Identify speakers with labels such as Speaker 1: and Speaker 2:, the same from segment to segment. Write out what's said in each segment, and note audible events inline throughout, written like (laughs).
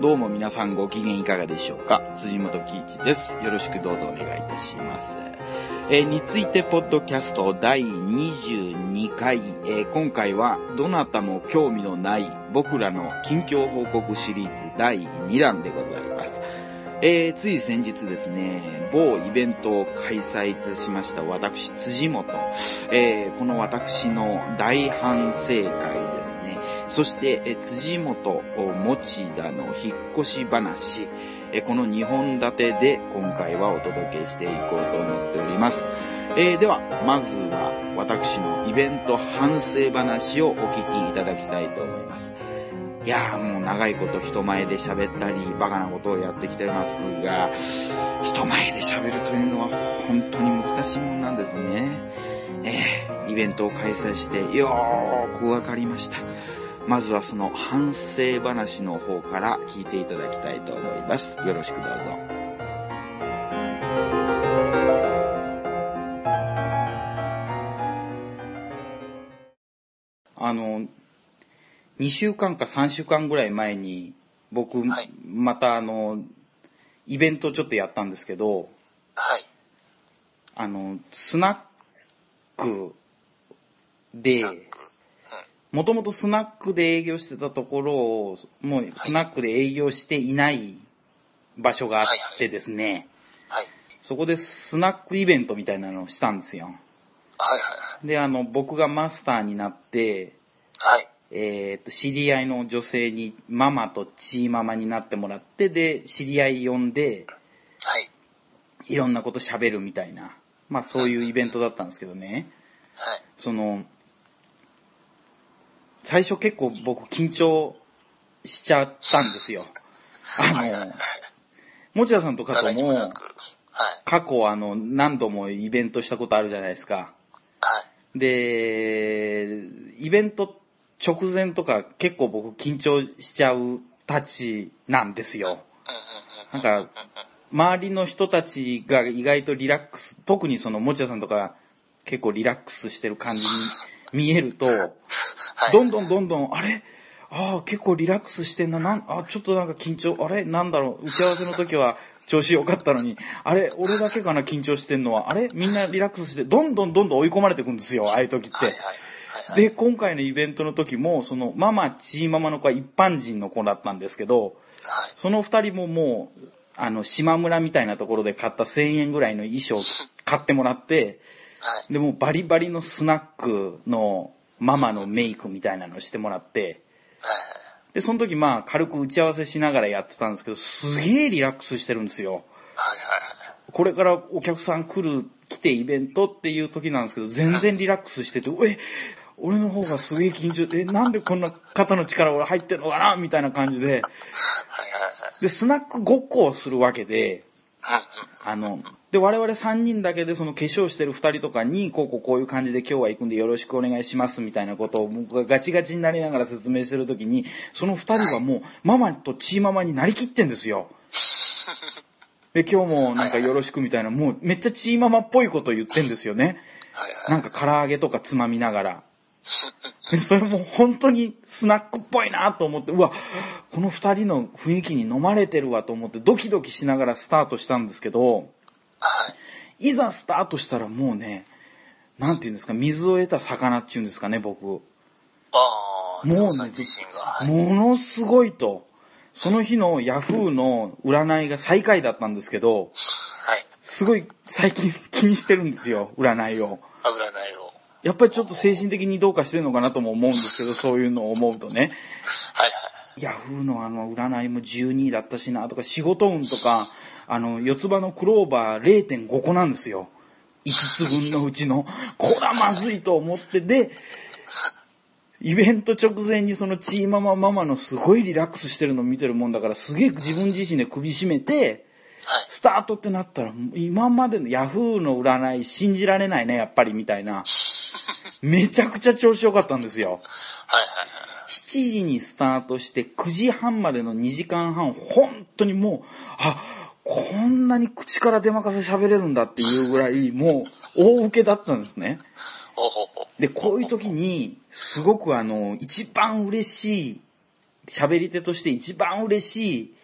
Speaker 1: どうも皆さんご機嫌いかがでしょうか辻元喜一です。よろしくどうぞお願いいたします。えーについてポッドキャスト第22回、えー今回はどなたも興味のない僕らの近況報告シリーズ第2弾でございます。えーつい先日ですね、某イベントを開催いたしました私、辻元。えーこの私の大反省会ですね。そして、えー辻元持田の引っ越し話。えーこの2本立てで今回はお届けしていこうと思っております。えーでは、まずは私のイベント反省話をお聞きいただきたいと思います。いやーもう長いこと人前で喋ったり、バカなことをやってきてますが、人前で喋るというのは本当に難しいもんなんですね。えーイベントを開催してよーくわかりました。まずはその反省話の方から聞いていただきたいと思います。よろしくどうぞ。あの、2週間か3週間ぐらい前に、僕、
Speaker 2: はい
Speaker 1: またあの、イベントちょっとやったんですけど、
Speaker 2: はい。
Speaker 1: あの、スナックで、もともとスナックで営業してたところを、もうスナックで営業していない場所があってですね、
Speaker 2: はい。
Speaker 1: そこでスナックイベントみたいなのをしたんですよ。
Speaker 2: はい
Speaker 1: で、あの、僕がマスターになって、
Speaker 2: はい。はい。
Speaker 1: えーっと、知り合いの女性にママとチーママになってもらって、で、知り合い呼んで、
Speaker 2: はい。
Speaker 1: いろんなこと喋るみたいな、まあそういうイベントだったんですけどね。
Speaker 2: はい。
Speaker 1: その、最初結構僕緊張しちゃったんですよ。あの、持田さんとかと
Speaker 2: 何もな
Speaker 1: も、
Speaker 2: く。はい。
Speaker 1: 過去あの、何度もイベントしたことあるじゃないですか。
Speaker 2: はい。
Speaker 1: で、イベント直前とか結構僕緊張しちゃうたちなんですよ。
Speaker 2: うんうん
Speaker 1: なんか、周りの人たちが意外とリラックス、特にその持田さんとか結構リラックスしてる
Speaker 2: (laughs)
Speaker 1: 感じに見えると、
Speaker 2: はい。
Speaker 1: どんどんどんどん、あれああ、結構リラックスしてんな。なん、あ、ちょっとなんか緊張、あれなんだろう打ち合わせの時は (laughs) 調子良かったのに、あれ俺だけかな緊張してんのは。あれみんなリラックスして、どんどんどんどん追い込まれてくんですよ、ああいう時って。
Speaker 2: はいはい。はい。
Speaker 1: で、今回のイベントの時も、その、ママ、チーママの子は一般人の子だったんですけど、
Speaker 2: はい。
Speaker 1: その二人ももう、あの、島村みたいなところで買った1000円ぐらいの衣装を買ってもらって、
Speaker 2: はい。
Speaker 1: で、もうバリバリのスナックのママのメイクみたいなのをしてもらって、で、その時まあ軽く打ち合わせしながらやってたんですけど、すげえリラックスしてるんですよ。
Speaker 2: はい。
Speaker 1: これからお客さん来る、来てイベントっていう時なんですけど、全然リラックスしてて、え、俺の方がすげえ緊張、え、なんでこんな肩の力俺入ってんのかなみたいな感じで、で、スナックごっこをするわけで、
Speaker 2: はい。
Speaker 1: あの、で、我々3人だけでその化粧してる2人とかに、こうこうこういう感じで今日は行くんでよろしくお願いしますみたいなことを僕がガチガチになりながら説明してるときに、その2人はもうママとチーママになりきってんですよ。で、今日もなんかよろしくみたいな、もうめっちゃチーママっぽいこと言ってんですよね。
Speaker 2: はい。
Speaker 1: なんか唐揚げとかつまみながら。でそれも本当にスナックっぽいなと思って、うわ、この二人の雰囲気に飲まれてるわと思ってドキドキしながらスタートしたんですけど、
Speaker 2: はい。
Speaker 1: いざスタートしたらもうね、なんて言うんですか、水を得た魚っていうんですかね、僕。も
Speaker 2: ああ、
Speaker 1: うね、
Speaker 2: 自身が。はい。
Speaker 1: ものすごいと。その日のヤフーの占いが最下位だったんですけど、
Speaker 2: はい。
Speaker 1: すごい最近 (laughs) 気にしてるんですよ、占いを。
Speaker 2: 油ないを。
Speaker 1: やっぱりちょっと精神的にどうかしてるのかなとも思うんですけど、そういうのを思うとね。
Speaker 2: はい。
Speaker 1: ヤフーのあの占いも12位だったしなとか、仕事運とか、あの、四つ葉のクローバー0.5個なんですよ。5つ分のうちの。こらまずいと思って、で、イベント直前にそのチーママママのすごいリラックスしてるの見てるもんだから、すげえ自分自身で首絞めて、
Speaker 2: はい。
Speaker 1: スタートってなったら、今までのヤフーの占い信じられないね、やっぱりみたいな。めちゃくちゃ調子良かったんですよ。
Speaker 2: はい。はい。
Speaker 1: 7時にスタートして9時半までの2時間半、本当にもう、あ、こんなに口から出まかせ喋れるんだっていうぐらい、もう大受けだったんですね。
Speaker 2: ほうほうほう。
Speaker 1: で、こういう時に、すごくあの、一番嬉しい喋り手として一番嬉しい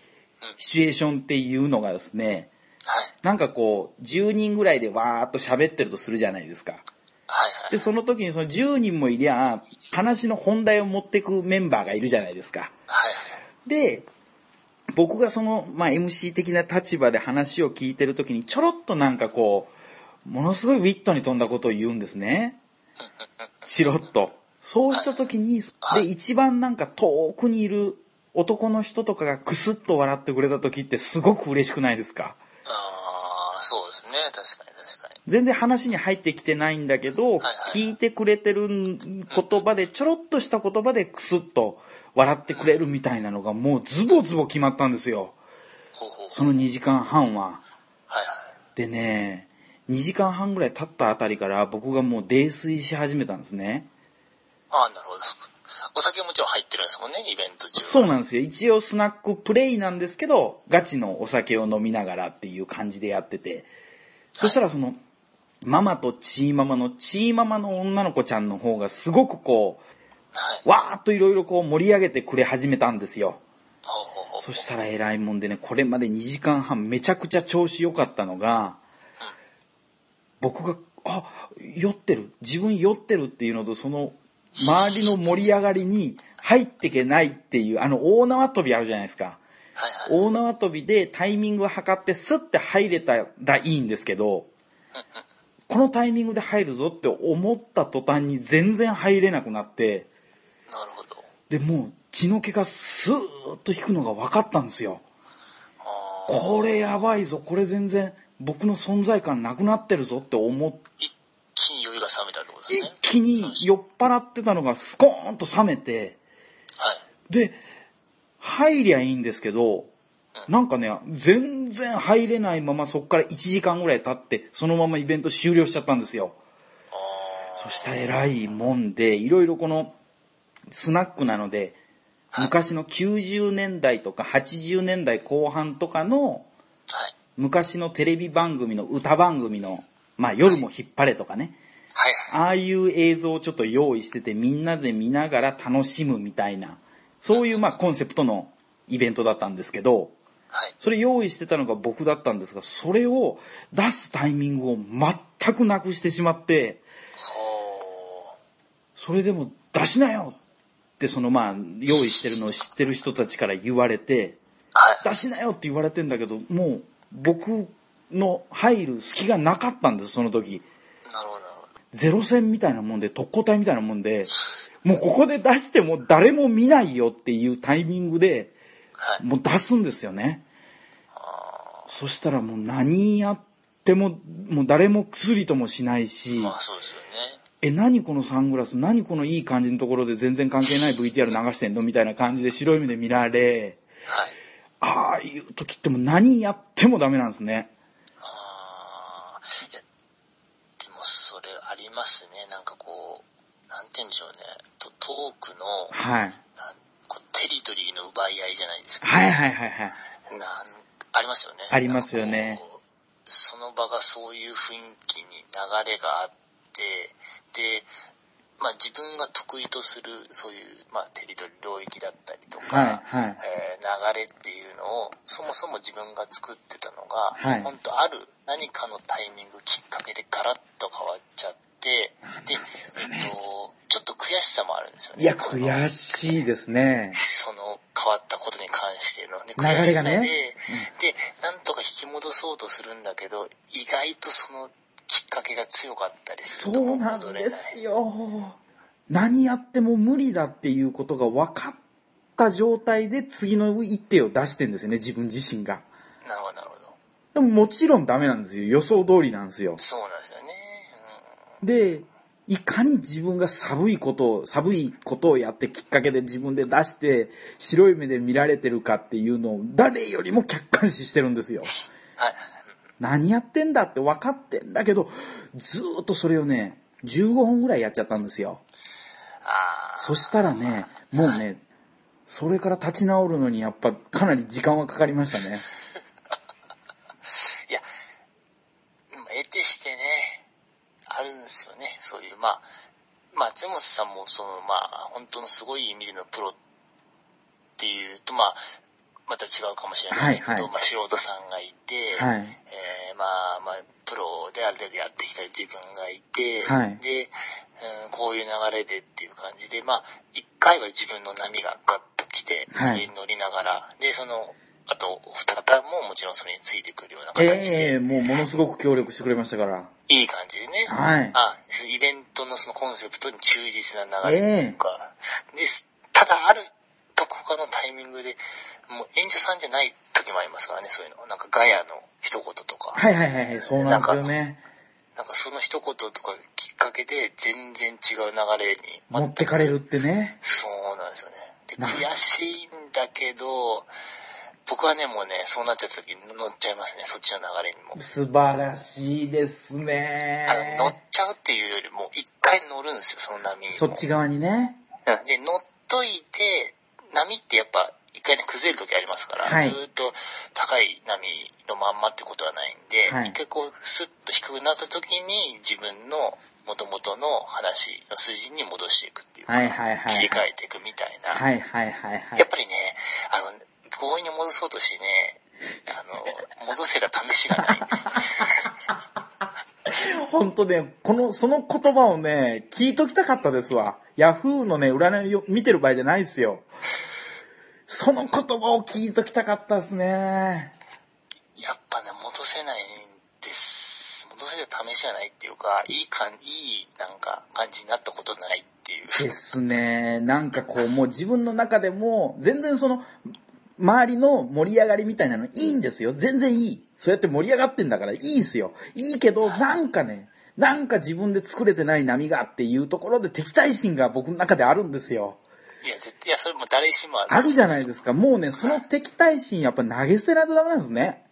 Speaker 1: シチュエーションっていうのがですね、
Speaker 2: はい。
Speaker 1: なんかこう、10人ぐらいでわーっと喋ってるとするじゃないですか。
Speaker 2: はいは
Speaker 1: で、
Speaker 2: い。
Speaker 1: その時にその10人もいりゃ、話の本題を持ってくメンバーがいるじゃないですか。
Speaker 2: はい
Speaker 1: で、僕がその、まあ、MC 的な立場で話を聞いてる時に、ちょろっとなんかこう、ものすごいウィットに飛んだことを言うんです
Speaker 2: (laughs)
Speaker 1: ね。チロッと。そうした時に、で、一番なんか遠くにいる男の人とかがクスッと笑ってくれた時ってすごく嬉しくないですか
Speaker 2: ああ、そうですね。確かに確かに。
Speaker 1: 全然話に入ってきてないんだけど、
Speaker 2: はいはい
Speaker 1: 聞いてくれてる言葉で、ちょろっとした言葉でクスッと笑ってくれるみたいなのがもうズボズボ決まったんですよ。
Speaker 2: ほうほう。
Speaker 1: その2時間半は。
Speaker 2: はいはい。
Speaker 1: でね、2時間半ぐらい経ったあたりから僕がもう泥酔し始めたんですね。
Speaker 2: ああ、なるほど。お酒もちろん入ってるんですもんね、イベント中。
Speaker 1: そうなんですよ。一応スナックプレイなんですけど、ガチのお酒を飲みながらっていう感じでやってて。そしたらその、ママとチーママのチーママの女の子ちゃんの方がすごくこ、。
Speaker 2: はいう
Speaker 1: わーっといろいろこう盛り上げてくれ始めたんですよ。
Speaker 2: ほうほうほう。
Speaker 1: そしたら偉いもんでね、これまで2時間半めちゃくちゃ調子良かったのが、僕が、あ、酔ってる。自分酔ってるっていうのと、その、周りの盛り上がりに入ってけないっていう、あの、大縄跳びあるじゃないですか。
Speaker 2: はいはい。
Speaker 1: 大縄跳びでタイミングを測ってスッて入れたらいいんですけど、このタイミングで入るぞって思った途端に全然入れなくなって、
Speaker 2: なるほど。
Speaker 1: で、もう血の気がスーッと引くのが分かったんですよ。
Speaker 2: ああ、
Speaker 1: これやばいぞ、これ全然僕の存在感なくなってるぞって思って、
Speaker 2: 一気に酔いが冷めたってことです
Speaker 1: 一
Speaker 2: ね。
Speaker 1: 気に酔っ払ってたのがスコーンと冷めて、
Speaker 2: はい。
Speaker 1: で、入りゃいいんですけど、なんかね、全然入れないままそこから1時間ぐらい経って、そのままイベント終了しちゃったんですよ。
Speaker 2: あ
Speaker 1: そしたら偉いもんで、いろいろこの、スナックなので、昔の90年代とか80年代後半とかの、
Speaker 2: あ、はい。
Speaker 1: 昔のテレビ番組の歌番組の、まあ夜も引っ張れとかね、
Speaker 2: はい
Speaker 1: ああいう映像をちょっと用意しててみんなで見ながら楽しむみたいな、そういうまあコンセプトのイベントだったんですけど、
Speaker 2: はい。はい。
Speaker 1: それ用意してたのが僕だったんですが、それを出すタイミングを全くなくしてしまって、
Speaker 2: ほ
Speaker 1: それでも出しなよってそのまあ用意してるのを知ってる人たちから言われて、
Speaker 2: う。はい。
Speaker 1: 出しなよって言われてんだけど、もう僕の入る隙がなかったんです、その時。
Speaker 2: なるほど、なるほど。
Speaker 1: ゼロ戦みたいなもんで、特攻隊みたいなもんで、もうここで出しても誰も見ないよっていうタイミングで、
Speaker 2: はい。
Speaker 1: もう出すんですよね。そしたらもう何やっても、もう誰も薬ともしないし、
Speaker 2: まあそうですよね。
Speaker 1: え、何このサングラス、何このいい感じのところで全然関係ない VTR 流してんのみたいな感じで白い目で見られ、
Speaker 2: はい。
Speaker 1: ああいう時ってもう何やってもダメなんですね。
Speaker 2: あーいや、でもそれありますね。なんかこう、なんて言うんでしょうね。トトークの、
Speaker 1: はい。
Speaker 2: なんこうテリトリーの奪い合いじゃないですか。
Speaker 1: はいはいはいはい。
Speaker 2: なんありますよね。
Speaker 1: ありますよね
Speaker 2: なんかこう。その場がそういう雰囲気に流れがあって、で、まあ自分が得意とする、そういう、まあテリトリー領域だったりとか、
Speaker 1: はいはい。
Speaker 2: えー流れっていうのをそもそも自分が作ってたのが、
Speaker 1: はい
Speaker 2: 本当ある何かのタイミングきっかけでガラッと変わっちゃってで、えっと、ちょっと悔しさもあるんですよね。
Speaker 1: いや、
Speaker 2: その
Speaker 1: 悔しいですね。
Speaker 2: その変わったことに関しての、ね、
Speaker 1: 流れがね
Speaker 2: 悔しさで、で、なんとか引き戻そうとするんだけど、意外とそのきっかけが強かったりす
Speaker 1: そ
Speaker 2: ると
Speaker 1: うなん
Speaker 2: 戻れ
Speaker 1: で
Speaker 2: ない。
Speaker 1: すよ。何やっても無理だっていうことが分かった状態で次の一手を出してんですよね、自分自身が。
Speaker 2: なるほど、なるほど。
Speaker 1: でももちろんダメなんですよ。予想通りなんですよ。
Speaker 2: そうなんですよね。
Speaker 1: で、いかに自分が寒いことを、寒いことをやってきっかけで自分で出して、白い目で見られてるかっていうのを誰よりも客観視してるんですよ。
Speaker 2: うん。はい。
Speaker 1: 何やってんだって分かってんだけど、ずーっとそれをね、15分ぐらいやっちゃったんですよ。
Speaker 2: あ
Speaker 1: そしたらね、もうね、それから立ち直るのにやっぱかなり時間はかかりましたね。
Speaker 2: ーいや、うん得てしてね、あるんですよね。そういう、まあ、まあ、松本さんも、その、まあ、本当のすごい意味でのプロっていうと、まあ、また違うかもしれないですけど、
Speaker 1: はいはい
Speaker 2: まあ、素人さんがいて、
Speaker 1: はい。
Speaker 2: えーまあまあプロである程度やってきた自分がいて、
Speaker 1: はい
Speaker 2: で、うん、こういう流れでっていう感じでまあ一回は自分の波がガッと来て、
Speaker 1: はい
Speaker 2: それに乗りながらでそのあとお二方ももちろんそれについてくるような形
Speaker 1: え
Speaker 2: で、
Speaker 1: えもうものすごく協力してくれましたから。
Speaker 2: いい感じでね、
Speaker 1: はい。
Speaker 2: あイベントのそのコンセプトに忠実な流れっていうか、ですただあるどこかのタイミングでもう演者さんじゃない時もありますからねそういうのなんかガヤの一言とか。
Speaker 1: はいはいはいはい、そうなんですよね。
Speaker 2: なんかその一言とかきっかけで全然違う流れに。
Speaker 1: 持ってかれるってね。
Speaker 2: そうなんですよね。で、
Speaker 1: なるほど
Speaker 2: 悔しいんだけど、僕はね、もうね、そうなっちゃった時に乗っちゃいますね、そっちの流れにも。
Speaker 1: 素晴らしいです
Speaker 2: あ
Speaker 1: ね。
Speaker 2: の乗っちゃうっていうよりも、一回乗るんですよ、その波にも。
Speaker 1: そっち側にね。
Speaker 2: うんで、乗っといて、波ってやっぱ、一回ね、崩れる時ありますから、
Speaker 1: はい
Speaker 2: ずーっと高い波のまんまってことはないんで、
Speaker 1: はい
Speaker 2: 一回こう、スッと低くなった時に、自分の元々の話の筋に戻していくっていうか、
Speaker 1: はいはいはいはい
Speaker 2: 切り替えていくみたいな。
Speaker 1: はいはいはいは
Speaker 2: やっ
Speaker 1: い。
Speaker 2: ぱりね、あの、強引に戻そうとしてね、あの、戻せた試しがないんですよ。
Speaker 1: 本当ね、この、その言葉をね、聞いときたかったですわ。ヤフーのね、占いを見てる場合じゃないですよ。その言葉を聞いときたかったですね。
Speaker 2: やっぱね、戻せないんです。戻せた試しがないっていうか、いい感、いい、なんか、感じになったことないっていう。 (laughs)
Speaker 1: ですね。なんかこう、もう自分の中でも、全然その、周りの盛り上がりみたいなのいいんですよ。全然いい。そうやって盛り上がってんだからいいですよ。いいけど、なんかね、なんか自分で作れてない波がっていうところで敵対心が僕の中であるんですよ。
Speaker 2: いや、絶対、いや、それも誰しも
Speaker 1: あるじゃないいですか。もうね、その敵対心やっぱ投げ捨てないとダメなんですね。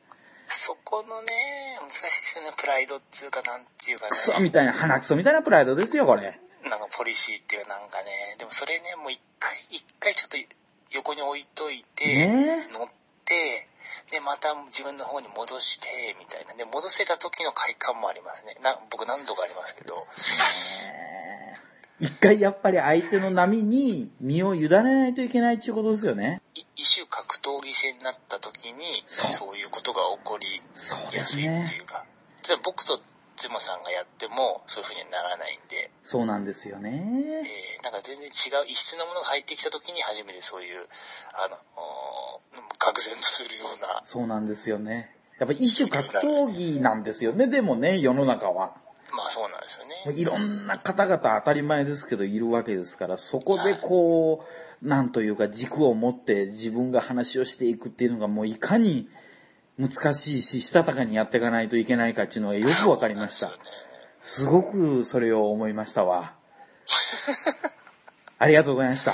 Speaker 2: そこのね、難しいですよね、プライドっつうか、なんていうか
Speaker 1: クソ
Speaker 2: ね、
Speaker 1: みたいな、鼻クソみたいなプライドですよ、これ。
Speaker 2: なんかポリシーっていうかなんかね、でもそれね、もう一回、一回ちょっと横に置いといて、
Speaker 1: ね
Speaker 2: 乗って、で、また自分の方に戻して、みたいな。で、戻せた時の快感もありますね。な僕何度かありますけど。
Speaker 1: え。一回やっぱり相手の波に身を委ねないといけないっていうことですよね。
Speaker 2: い一種格闘技戦になった時に
Speaker 1: そう
Speaker 2: そういうことが起こり
Speaker 1: そうで
Speaker 2: や
Speaker 1: す
Speaker 2: すいってい
Speaker 1: ね。
Speaker 2: うか例えば僕とズマさんがやってもそういう風にはならないんで、
Speaker 1: そうなんですよ
Speaker 2: え
Speaker 1: ね。
Speaker 2: ーなんか全然違う異質なものが入ってきた時に初めてそういうあのおー愕然とするような
Speaker 1: そうなんですよね。やっぱ一種格闘技なんですよね。でもね、世の中は。
Speaker 2: まあそうなんですよ
Speaker 1: もう
Speaker 2: ね
Speaker 1: いろんな方々当たり前ですけどいるわけですから、そこでこう、なんというか軸を持って自分が話をしていくっていうのがもういかに難しいし、したたかにやっていかないといけないかっていうのがよくわかりまし
Speaker 2: そ
Speaker 1: た
Speaker 2: う。ね
Speaker 1: すごくそれを思いました
Speaker 2: (laughs)
Speaker 1: わ。ありがとうございました。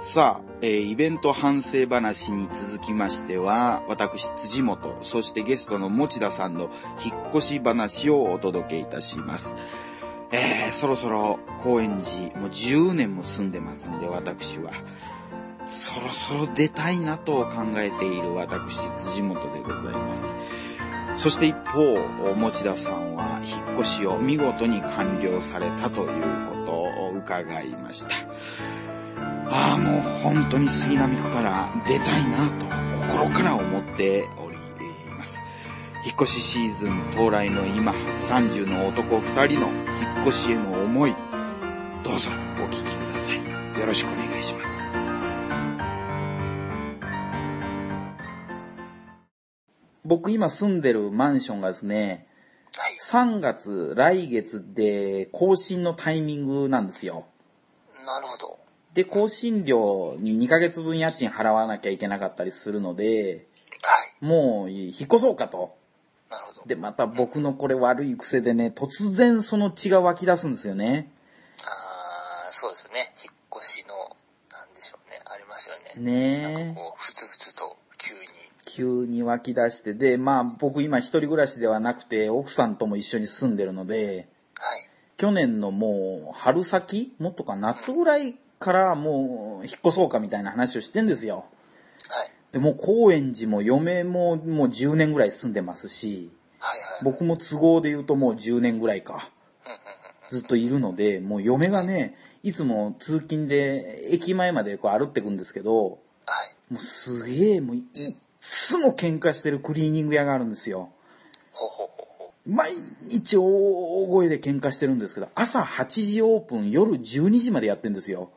Speaker 1: さあ、えーイベント反省話に続きましては、私、辻元、そしてゲストの持田さんの引っ越し話をお届けいたします。えー、そろそろ高円寺、もう10年も住んでますんで、私は。そろそろ出たいなと考えている私、辻元でございます。そして一方、持田さんは引っ越しを見事に完了されたということを伺いました。ああ、もう本当に杉並区から出たいなと心から思っております。引っ越しシーズン到来の今、30の男2人の引っ越しへの思い、どうぞお聞きください。よろしくお願いします。僕今住んでるマンションがですね、
Speaker 2: はい
Speaker 1: 3月、来月で更新のタイミングなんですよ。
Speaker 2: なるほど
Speaker 1: で、更新料に2ヶ月分家賃払わなきゃいけなかったりするので、
Speaker 2: はい
Speaker 1: もう引っ越そうかと。
Speaker 2: なるほど
Speaker 1: で、また僕のこれ悪い癖でね、突然その血が湧き出すんですよね。
Speaker 2: あーそうですよね引っ越しのなんでしょうねありますよねなん
Speaker 1: ね
Speaker 2: か
Speaker 1: え。
Speaker 2: こうふつふつと急に
Speaker 1: 急に湧き出して、で、まあ僕今一人暮らしではなくて、奥さんとも一緒に住んでるので、
Speaker 2: はい
Speaker 1: 去年のもう春先もっとか夏ぐらいからもう引っ越そうかみたいな話をしてんですよ。
Speaker 2: はい
Speaker 1: でもう高円寺も嫁ももう10年ぐらい住んでますし、
Speaker 2: はいはい。
Speaker 1: 僕も都合で言うともう10年ぐらいか。
Speaker 2: うんうんうん。
Speaker 1: ずっといるので、もう嫁がね、いつも通勤で駅前までこう歩ってくんですけど、
Speaker 2: はい。
Speaker 1: もうすげえ、もういっつも喧嘩してるクリーニング屋があるんですよ。
Speaker 2: ほうほうほうほう。
Speaker 1: 毎日大声で喧嘩してるんですけど、朝8時オープン、夜12時までやってんですよ。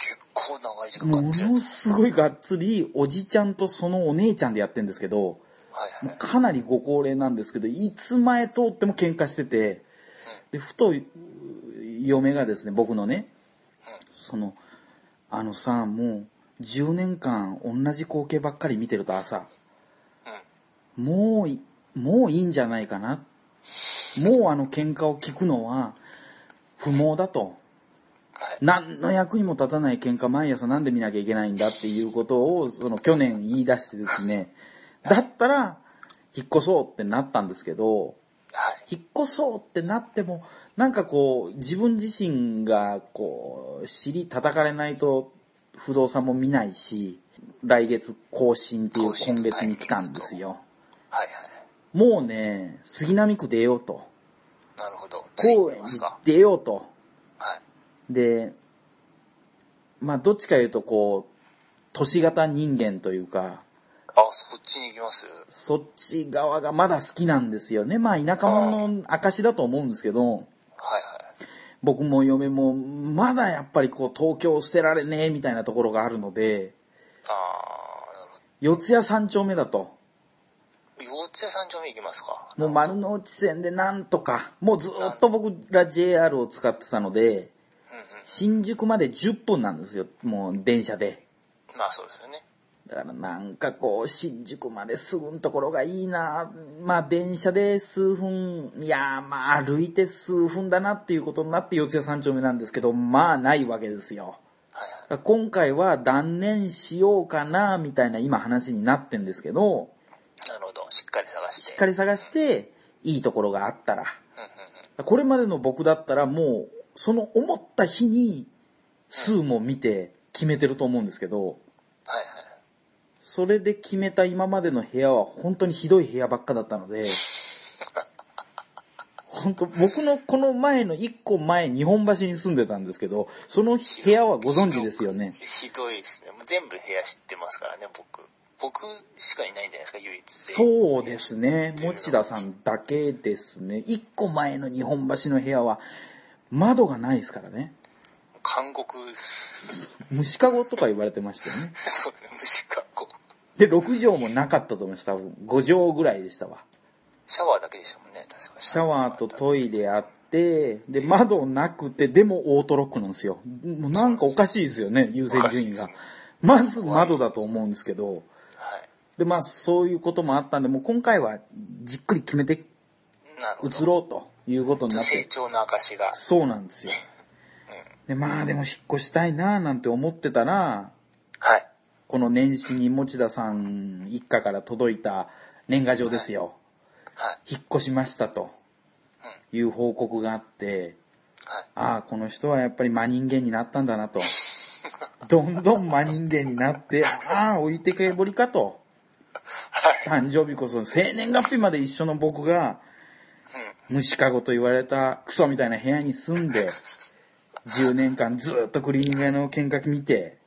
Speaker 2: 結構長い時間
Speaker 1: も
Speaker 2: かかっちゃう。
Speaker 1: のすごいがっつり、おじちゃんとそのお姉ちゃんでやってんですけど、
Speaker 2: はい
Speaker 1: も
Speaker 2: は
Speaker 1: う
Speaker 2: い。
Speaker 1: かなりご高齢なんですけど、いつ前通っても喧嘩してて、で、ふと、う嫁がですね、僕のね、その、あのさ、もう、10年間同じ光景ばっかり見てると朝、
Speaker 2: うん。
Speaker 1: もうい、もういいんじゃないかな。もうあの喧嘩を聞くのは不毛だと。
Speaker 2: はい。
Speaker 1: 何の役にも立たない喧嘩毎朝なんで見なきゃいけないんだっていうことを、その去年言い出してですね、だったら引っ越そうってなったんですけど、
Speaker 2: はい。
Speaker 1: 引っ越そうってなっても、なんかこう、自分自身がこう、尻叩かれないと不動産も見ないし、来月更新っていう
Speaker 2: 更新
Speaker 1: 今月に来たんですよ。
Speaker 2: はいはい。
Speaker 1: もうね、杉並区出ようと。
Speaker 2: なるほど。つい
Speaker 1: 高
Speaker 2: に
Speaker 1: 円
Speaker 2: います
Speaker 1: 寺
Speaker 2: か。
Speaker 1: 出ようと。
Speaker 2: はい。
Speaker 1: で、まあ、どっちか言うとこう、都市型人間というか、
Speaker 2: あ、そっちに行きます
Speaker 1: そっち側がまだ好きなんですよね。まあ、田舎者の証だと思うんですけど、
Speaker 2: はいはい。
Speaker 1: 僕も嫁も、まだやっぱりこう、東京を捨てられねえみたいなところがあるので、
Speaker 2: あー、なるほ
Speaker 1: 四谷三丁目だと、
Speaker 2: ど。幼稚園三丁目行きますか。
Speaker 1: もう
Speaker 2: う
Speaker 1: 丸の内線でなんとか、もうずっと僕ら JR を使ってたので、
Speaker 2: んうん。
Speaker 1: 新宿まで10分なんですよ、もう電車で。
Speaker 2: まあそうですよね。
Speaker 1: だからなんかこう、新宿まですぐんところがいいな、まあ電車で数分、いやーまあ歩いて数分だなっていうことになって四谷三丁目なんですけど、まあないわけですよ。
Speaker 2: はいはい。
Speaker 1: 今回は断念しようかな、みたいな今話になってんですけど、
Speaker 2: なるほど。しっかり探して。
Speaker 1: しっかり探して、いいところがあったら。
Speaker 2: うんうんうん。
Speaker 1: これまでの僕だったらもう、その思った日に、数も見て決めてると思うんですけど、
Speaker 2: はい
Speaker 1: それで決めた今までの部屋は本当にひどい部屋ばっかだったので、本当僕のこの前の1個前、日本橋に住んでたんですけど、その部屋はご存知ですよね。
Speaker 2: はい。ひどいですね。もう全部部屋知ってますからね、僕。僕しかいないんじゃないですか、唯一で。
Speaker 1: そうですね。
Speaker 2: 部屋
Speaker 1: 持田さんだけですね。1個前の日本橋の部屋は、窓がないですからね。
Speaker 2: 監獄、 (laughs)
Speaker 1: 虫かごとか言われてましたよね。
Speaker 2: そうですね、虫かこう。
Speaker 1: で、6畳もなかったと思います。多分、5畳ぐらいでしたわ。
Speaker 2: シャワーだけでしたもんね、確か
Speaker 1: シャワーとトイレあって、で、窓なくて、でもオートロックなんですよ。もうなんかおかしいですよね、優先順位
Speaker 2: お
Speaker 1: が
Speaker 2: かしいで。
Speaker 1: まず窓だと思うんですけど、
Speaker 2: はい。
Speaker 1: で、まあそういうこともあったんで、もう今回はじっくり決めて
Speaker 2: なるほ
Speaker 1: 移
Speaker 2: ど。
Speaker 1: ろうということになっ
Speaker 2: 成
Speaker 1: て、
Speaker 2: 長の証が。
Speaker 1: そうなんですよ。で、まあでも引っ越したいなぁなんて思ってたら、
Speaker 2: はい。
Speaker 1: この年始に持田さん一家から届いた年賀状ですよ。
Speaker 2: はい。
Speaker 1: 引っ越しましたという報告があって、
Speaker 2: はい。
Speaker 1: ああ、この人はやっぱり真人間になったんだなと。どんどん真人間になって、ああ、置いてけぼりかと。誕生日こそ生年月日まで一緒の僕が、虫かごと言われたクソみたいな部屋に住んで、10年間ずっとクリーニング屋の見学見て、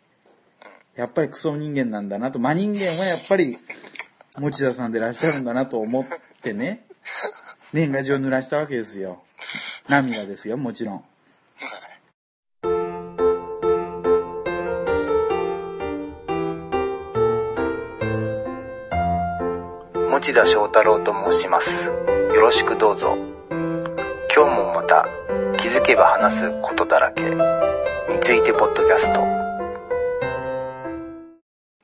Speaker 1: やっぱりクソ人間なんだなと、真人間はやっぱり持田さんでいらっしゃるんだなと思ってね、年賀状濡らしたわけですよ。涙ですよ、もちろん。
Speaker 2: 持田翔太郎と申します。よろしくどうぞ。今日もまた気づけば話すことだらけについてポッドキャスト。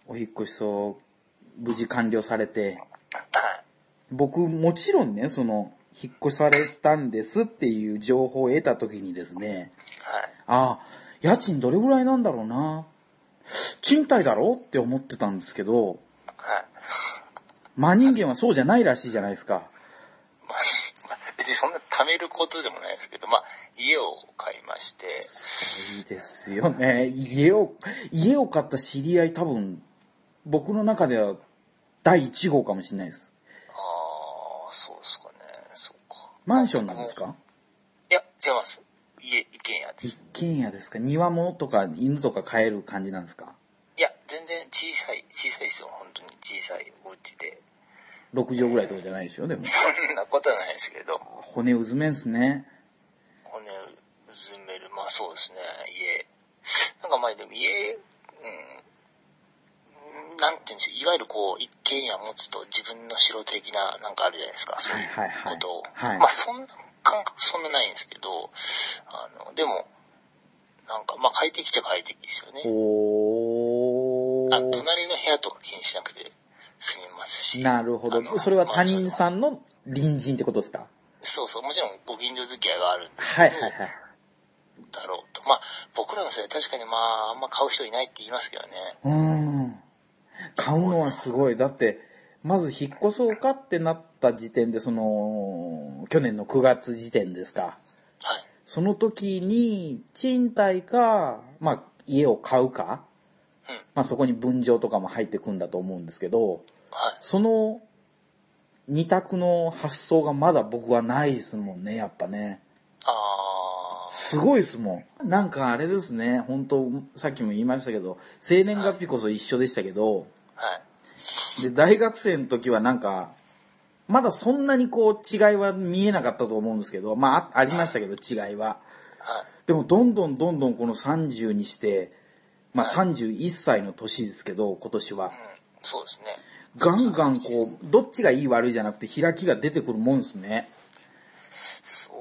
Speaker 1: お引っ越しを無事完了されて、僕もちろんね、その、引っ越されたんですっていう情報を得た時にですね、
Speaker 2: はい。
Speaker 1: ああ、家賃どれぐらいなんだろうな、賃貸だろうって思ってたんですけど、
Speaker 2: はい。
Speaker 1: 真人間はそうじゃないらしいじゃないですか。
Speaker 2: まあ、 (laughs) 別にそんな貯めることでもないですけど、まあ、家を買いまして、
Speaker 1: いいですよね。家を、家を買った知り合い多分、僕の中では第1号かもしれないです。
Speaker 2: ああ、そうですかね。そっか。
Speaker 1: マンションなんですか
Speaker 2: いや、違います。家、一軒家です。
Speaker 1: 一軒家ですか庭物とか犬とか飼える感じなんですか
Speaker 2: いや、全然小さい、小さいですよ。本当に小さいお家で。 (laughs)
Speaker 1: ?6 畳ぐらいってことじゃないでしょでも。
Speaker 2: そんなことはないですけど。
Speaker 1: 骨うずめんすね。
Speaker 2: 骨うずめる。まあそうですね。家。なんかまあでも家、うん。なんて言うんでしょう。いわゆるこう、一軒家持つと自分の城的な、なんかあるじゃないですか。そう
Speaker 1: はいいうはいはい
Speaker 2: ことを。
Speaker 1: はい
Speaker 2: まあそんな感覚そんなないんですけど、あの、でも、なんかまあ快適っちゃ快適ですよね。
Speaker 1: お
Speaker 2: あ
Speaker 1: ー。
Speaker 2: 隣の部屋とか気にしなくて済みますし。
Speaker 1: なるほ
Speaker 2: あの
Speaker 1: ど。それは他人
Speaker 2: マンションの
Speaker 1: さんの隣人ってことですか
Speaker 2: そうそう、もちろんご近所付き合いがあるんです
Speaker 1: は
Speaker 2: け
Speaker 1: い
Speaker 2: ど、
Speaker 1: はいはい。
Speaker 2: だろうと。まあ、僕らの世代確かにまあ、あんま買う人いないって言いますけどね。
Speaker 1: うーん。買うのはすごい。だって、まず引っ越そうかってなった時点で、その、去年の9月時点ですか。
Speaker 2: はい。
Speaker 1: その時に、賃貸か、まあ、家を買うか、
Speaker 2: うん。
Speaker 1: まあそこに分譲とかも入ってくんだと思うんですけど、
Speaker 2: はい。
Speaker 1: その二択の発想がまだ僕はないですもんね、やっぱね。
Speaker 2: あ
Speaker 1: すごいですもん。なんかあれですね、本当さっきも言いましたけど、生年月日こそ一緒でしたけど、
Speaker 2: ー。はい。
Speaker 1: で、大学生の時はなんか、まだそんなにこう違いは見えなかったと思うんですけど、まああありましたけど違いは。
Speaker 2: はい。
Speaker 1: でもどんどんどんどんこの30にして、まあ31歳の年ですけど、今年は
Speaker 2: うん。。そうですね。
Speaker 1: ガンガンこう、どっちがいい悪いじゃなくて開きが出てくるもんですね。
Speaker 2: そ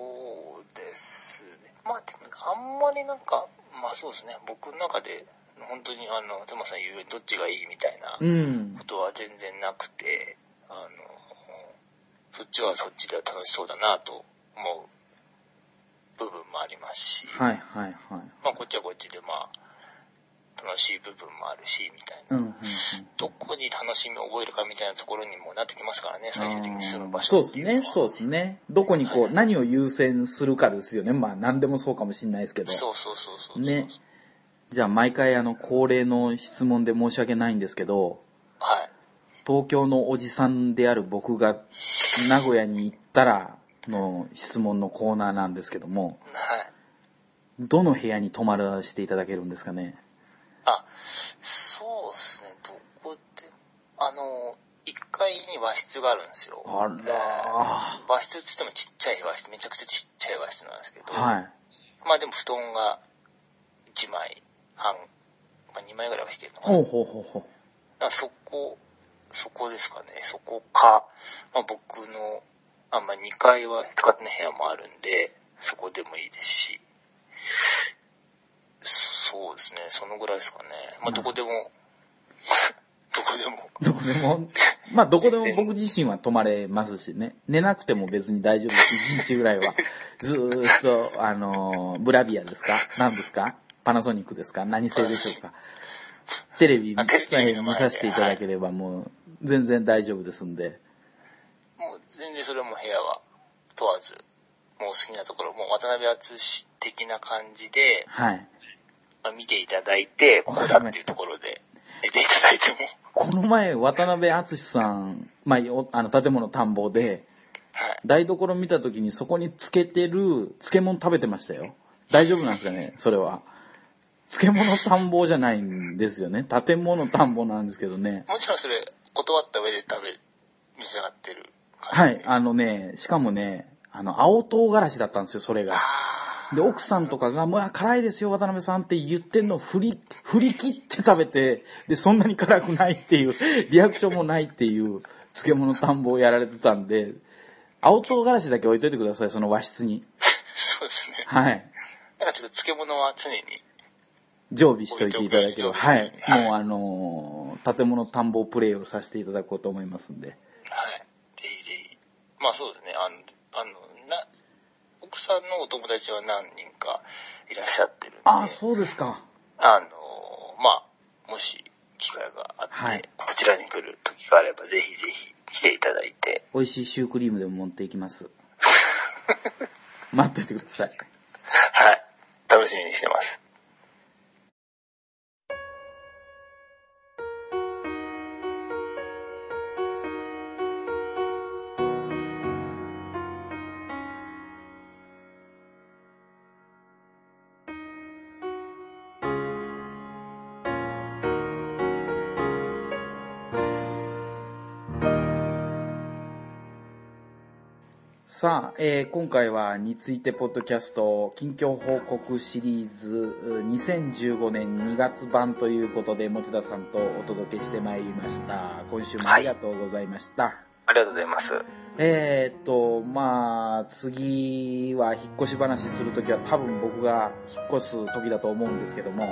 Speaker 2: うですね。まあ、でも、あんまりなんか、まあそうですね。僕の中で、本当にあの、妻さん言うようにどっちがいいみたいな
Speaker 1: うん
Speaker 2: こ。とは全然なくて、あの、そっちはそっちでは楽しそうだなと思う部分もありますし、
Speaker 1: はいはいはい。
Speaker 2: まあこっちはこっちでまあ、楽しい部分もあるし、みたいな。
Speaker 1: うんうんうん。
Speaker 2: どこに楽しみを覚えるかみたいなところにもなってきますからね、最終的に住む場
Speaker 1: そうで
Speaker 2: 所って
Speaker 1: す
Speaker 2: いうのは
Speaker 1: ね、そうですね。どこにこう、何を優先するかですよね。まあ何でもそうかもしれないですけど。
Speaker 2: そうそうそうそうそう。
Speaker 1: ね。じゃあ毎回あの恒例の質問で申し訳ないんですけど、
Speaker 2: はい。
Speaker 1: 東京のおじさんである僕が名古屋に行ったらの質問のコーナーなんですけども、
Speaker 2: はい。
Speaker 1: どの部屋に泊まらせていただけるんですかね
Speaker 2: あ、そうですね、どこでも、あの、1階に和室があるんですよ。
Speaker 1: あら
Speaker 2: えー和室っつってもちっちゃい和室、めちゃくちゃちっちゃい和室なんですけど、
Speaker 1: はい。
Speaker 2: まあでも布団が1枚半、まあ2枚ぐらいは引けるのかな。
Speaker 1: ほ
Speaker 2: だ
Speaker 1: うほうほうほ
Speaker 2: からそこ、そこですかね。そこか、まあ僕の、あまあ2階は使ってない部屋もあるんで、そこでもいいですし、そそうですね、そのぐらいですかね。まあどこでも、 (laughs) どこでも、
Speaker 1: う。どこでも、まあどこでも僕自身は泊まれますしね。寝なくても別に大丈夫です。1日ぐらいは。ずーっと、あのーブラビアですか何ですかパナソニックですか何製でしょうかテレビ
Speaker 2: あテレビ
Speaker 1: さえ見させていただければもう全然大丈夫ですんで。
Speaker 2: もう全然それはもう部屋は問わず、もう好きなところ、もう渡辺篤的な感じで、
Speaker 1: はい。
Speaker 2: まあ、見ていただいて、ここだっていうところで寝ていただいても、
Speaker 1: この前、渡辺篤さん、まあよ、あの、建物探訪で、
Speaker 2: はい。
Speaker 1: 台所見た時にそこに漬けてる漬物食べてましたよ。大丈夫なんですかねそれは。漬物探訪じゃないんですよね。建物探訪なんですけどね。
Speaker 2: もちろんそれ、断った上で食べ、召し上がってる
Speaker 1: は
Speaker 2: 感じ
Speaker 1: い。あのね、しかもね、あの、青唐辛子だったんですよ、それが。で、奥さんとかが、もう辛いですよ、渡辺さんって言ってんのを振り、振り切って食べて、で、そんなに辛くないっていう、リアクションもないっていう、漬物探訪をやられてたんで、青唐辛子だけ置いといてください、その和室に。
Speaker 2: そうですね。
Speaker 1: はい。
Speaker 2: なんかちょっと漬物は常に。
Speaker 1: 常備しておいていただければ、
Speaker 2: 置いておく
Speaker 1: は
Speaker 2: よう
Speaker 1: い
Speaker 2: に。はい
Speaker 1: もうあのー建物探訪プレイをさせていただこうと思いますんで。
Speaker 2: はい。ぜひぜひ。まあそうですね。あの、あの、な、奥さんのお友達は何人かいらっしゃってるんで、
Speaker 1: ああ、そうですか。
Speaker 2: あの、まあ、もし機会があって、
Speaker 1: はい
Speaker 2: こちらに来る時があれば、ぜひぜひ来ていただいて、
Speaker 1: 美味しいシュークリームでも持っていきます。 (laughs) 待っといてください。
Speaker 2: はい。楽しみにしてます。
Speaker 1: さあ、えー今回はについてポッドキャスト近況報告シリーズう2015年2月版ということで持田さんとお届けしてまいりました今週もありがとうございました、
Speaker 2: ありがとうございます。
Speaker 1: えーっとまあ次は引っ越し話するときは多分僕が引っ越す時だと思うんですけども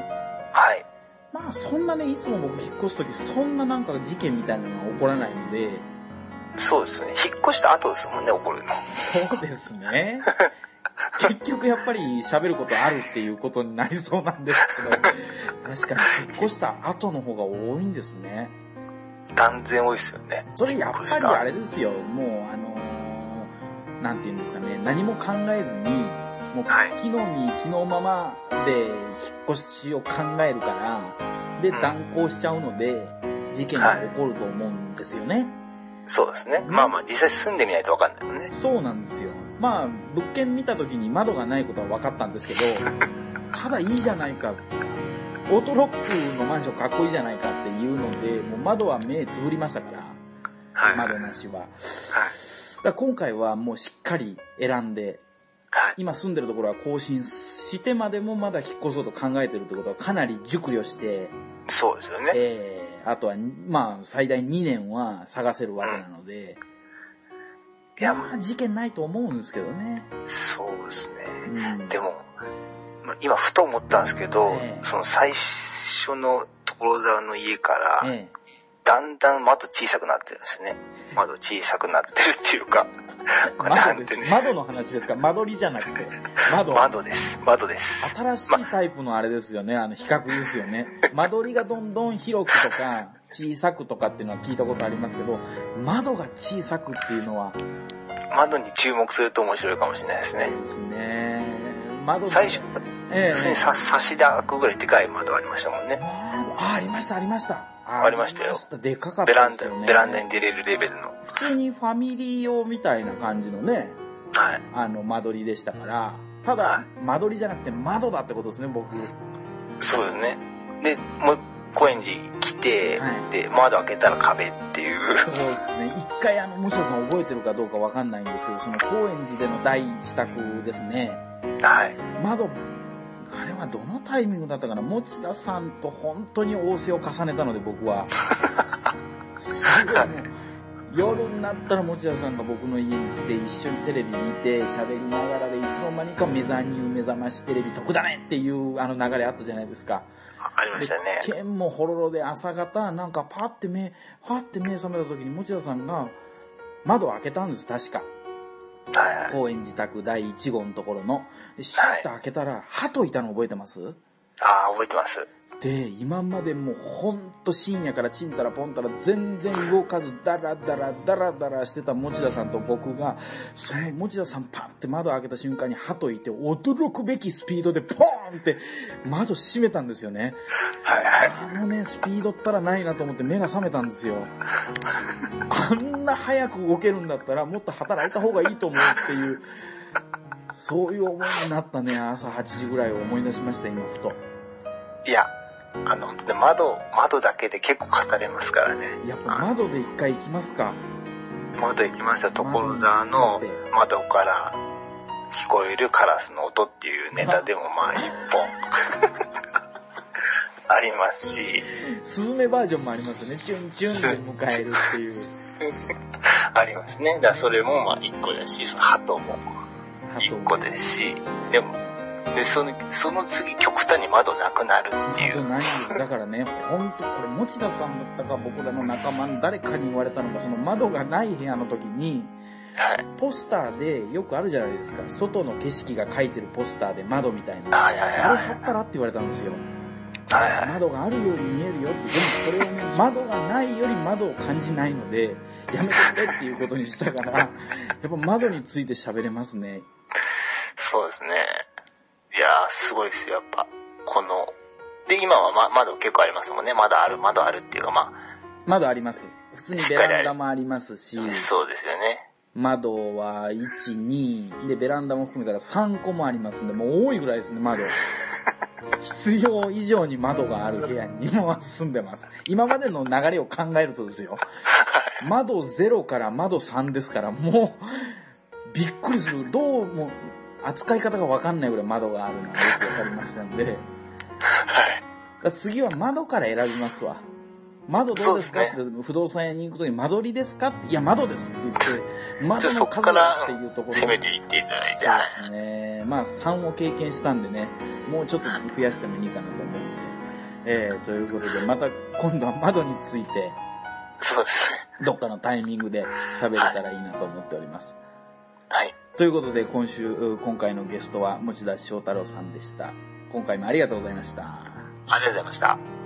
Speaker 2: はい。
Speaker 1: まあそんなねいつも僕引っ越す時そんななんか事件みたいなのは起こらないので
Speaker 2: そうですね。引っ越した後ですもんね、怒るの。
Speaker 1: そうですね。結局やっぱり喋ることあるっていうことになりそうなんですけど、確かに引っ越した後の方が多いんですね。
Speaker 2: 断然多いですよね。
Speaker 1: それやっぱりあれですよ、もうあのーなんて言うんですかね、何も考えずに、もう
Speaker 2: はい
Speaker 1: 昨日に昨日ままで引っ越しを考えるから、で
Speaker 2: うん
Speaker 1: 断行しちゃうので、事件が起こると思うんですよね。
Speaker 2: そうですね。まあまあ、実際住んでみないとわかんないもんね。
Speaker 1: そうなんですよ。まあ、物件見た時に窓がないことは分かったんですけ
Speaker 2: (laughs)
Speaker 1: ど、ただいいじゃないか。オートロックのマンションかっこいいじゃないかっていうので、もう窓は目つぶりましたから、
Speaker 2: はい。はい。
Speaker 1: 窓なしは。だから今回はもうしっかり選んで、
Speaker 2: はい。
Speaker 1: 今住んでるところは更新してまでもまだ引っ越そうと考えてるってことはかなり熟慮して、
Speaker 2: そうですよね。
Speaker 1: えー、あとは、まあ、最大2年は探せるわけなので、
Speaker 2: いや、
Speaker 1: まあ、事件ないと思うんですけどね。
Speaker 2: そうですね。
Speaker 1: うん
Speaker 2: でも、まあ今ふと思ったんですけど、
Speaker 1: ええ
Speaker 2: その最初の所沢の家から、
Speaker 1: ええ
Speaker 2: だんだん窓小さくなってるんですよね。窓小さくなってるっていうか、な
Speaker 1: 窓
Speaker 2: ん
Speaker 1: で
Speaker 2: ていうんですすか
Speaker 1: 窓の話ですか間取りじゃなくて。窓。
Speaker 2: 窓です。窓です。
Speaker 1: 新しいタイプのあれですよね。あの、比較ですよね。間取りがどんどん広くとか、小さくとかっていうのは聞いたことありますけど、窓が小さくっていうのは、
Speaker 2: 窓に注目すると面白いかもしれないですね。
Speaker 1: ですね。窓の
Speaker 2: 最初、
Speaker 1: ええ
Speaker 2: 普通にさ差し開くぐらいでかい窓ありましたもんね。
Speaker 1: 窓あ、ありました、ありました。
Speaker 2: ありましたよ
Speaker 1: あでかかっ
Speaker 2: ベ
Speaker 1: た
Speaker 2: ラ
Speaker 1: で
Speaker 2: ン
Speaker 1: す
Speaker 2: ダ、
Speaker 1: よね。
Speaker 2: ベランダに出れるレベルの。
Speaker 1: 普通にファミリー用みたいな感じのね、
Speaker 2: はい。
Speaker 1: あの、間取りでしたから、ただ、間取りじゃなくて窓だってことですね、僕。
Speaker 2: うんそうですね。で、もう、高円寺来て、
Speaker 1: はい
Speaker 2: で、窓開けたら壁っていう。 (laughs)
Speaker 1: そうですね。一回、あの、もちろんさん覚えてるかどうかわかんないんですけど、その高円寺での第一宅ですね。
Speaker 2: はい。
Speaker 1: 窓、あれはどのタイミングだったかな持田さんと本当に仰せを重ねたので、僕は。すごいもう夜になったら持田さんが僕の家に来て一緒にテレビ見て喋りながらでいつの間にかメザニュー目覚ましテレビ得だねっていうあの流れあったじゃないですか。
Speaker 2: あありましたね。
Speaker 1: 剣もほろろで朝方、なんかパって目、パって目覚めた時に持田さんが窓を開けたんです、確か。
Speaker 2: はいはい。
Speaker 1: 高円寺宅第1号のところの。で、シュッと開けたら、鳩いたの覚えてます
Speaker 2: ああ、覚えてます。
Speaker 1: で、今までもうほんと深夜からチンたらポンたら全然動かず、ダラダラダラダラしてた持田さんと僕が、その持田さんパンって窓開けた瞬間に鳩いて驚くべきスピードでポーンって窓閉めたんですよね。
Speaker 2: はいはい。
Speaker 1: あのね、スピードったらないなと思って目が覚めたんですよ。あんな早く動けるんだったらもっと働いた方がいいと思うっていう、そういう思いになったね、朝8時ぐらいを思い出しました、今ふと。
Speaker 2: いや、あの、本当ね、窓、窓だけで結構語れますからね。
Speaker 1: やっぱ窓で一回行きますか。
Speaker 2: 窓行きますよ。所沢の窓から聞こえるカラスの音っていうネタでもまあ一本 (laughs) ありますし、
Speaker 1: スズメバージョンもありますよね。チュンチュンで迎えるっていう。
Speaker 2: ありますね。だからそれもまあ一個だし、その鳩も一個ですし、でも、で、その、その次極端に窓なくなるってい
Speaker 1: そう
Speaker 2: う。
Speaker 1: ないんですだからね、ほんと、これ、持田さんだったか、僕らの仲間の誰かに言われたのが、その窓がない部屋の時に、
Speaker 2: はい。
Speaker 1: ポスターでよくあるじゃないですか外の景色が書いてるポスターで窓みたいなあ
Speaker 2: はいはい
Speaker 1: れ
Speaker 2: はい。
Speaker 1: 貼ったらって言われたんですよ
Speaker 2: はいはい。
Speaker 1: 窓があるように見えるよってでもそれをね窓がないより窓を感じないのでやめてくれっていうことにしたからやっぱ窓について喋れますね
Speaker 2: そうですね。いやー、すごいですよ、やっぱ。この、で、今はま、窓結構ありますもんね。窓ある、窓あるっていうか、ま
Speaker 1: 窓あります普通にベランダもありますし
Speaker 2: あ、そうですよね。
Speaker 1: 窓は12でベランダも含めたら3個もありますんでもう多いぐらいですね窓必要以上に窓がある部屋に今は住んでます今までの流れを考えるとですよ窓0から窓3ですからもうびっくりする。どうも、扱い方がわかんないぐらい窓があるのがよくわかりましたんで。だか
Speaker 2: はい。
Speaker 1: ら次は窓から選びますわ。窓どうですか
Speaker 2: そ
Speaker 1: って、不動産屋に行くときに間取りですかっていや、窓ですって言って、
Speaker 2: (laughs) じ
Speaker 1: 窓
Speaker 2: ゃあそ
Speaker 1: の
Speaker 2: っ
Speaker 1: 数
Speaker 2: から
Speaker 1: っていうところ。
Speaker 2: 攻めていっていただいて。
Speaker 1: そう
Speaker 2: はい
Speaker 1: ですね。まあ、3を経験したんでね、もうちょっと増やしてもいいかなと思うんで。えー、ということで、また今度は窓について、
Speaker 2: そうですね。
Speaker 1: どっかのタイミングで喋れたらいいなと思っております。
Speaker 2: はい。
Speaker 1: ということで、今週、う今回のゲストは持田翔太郎さんでした。今回もありがとうございました。
Speaker 2: ありがとうございました。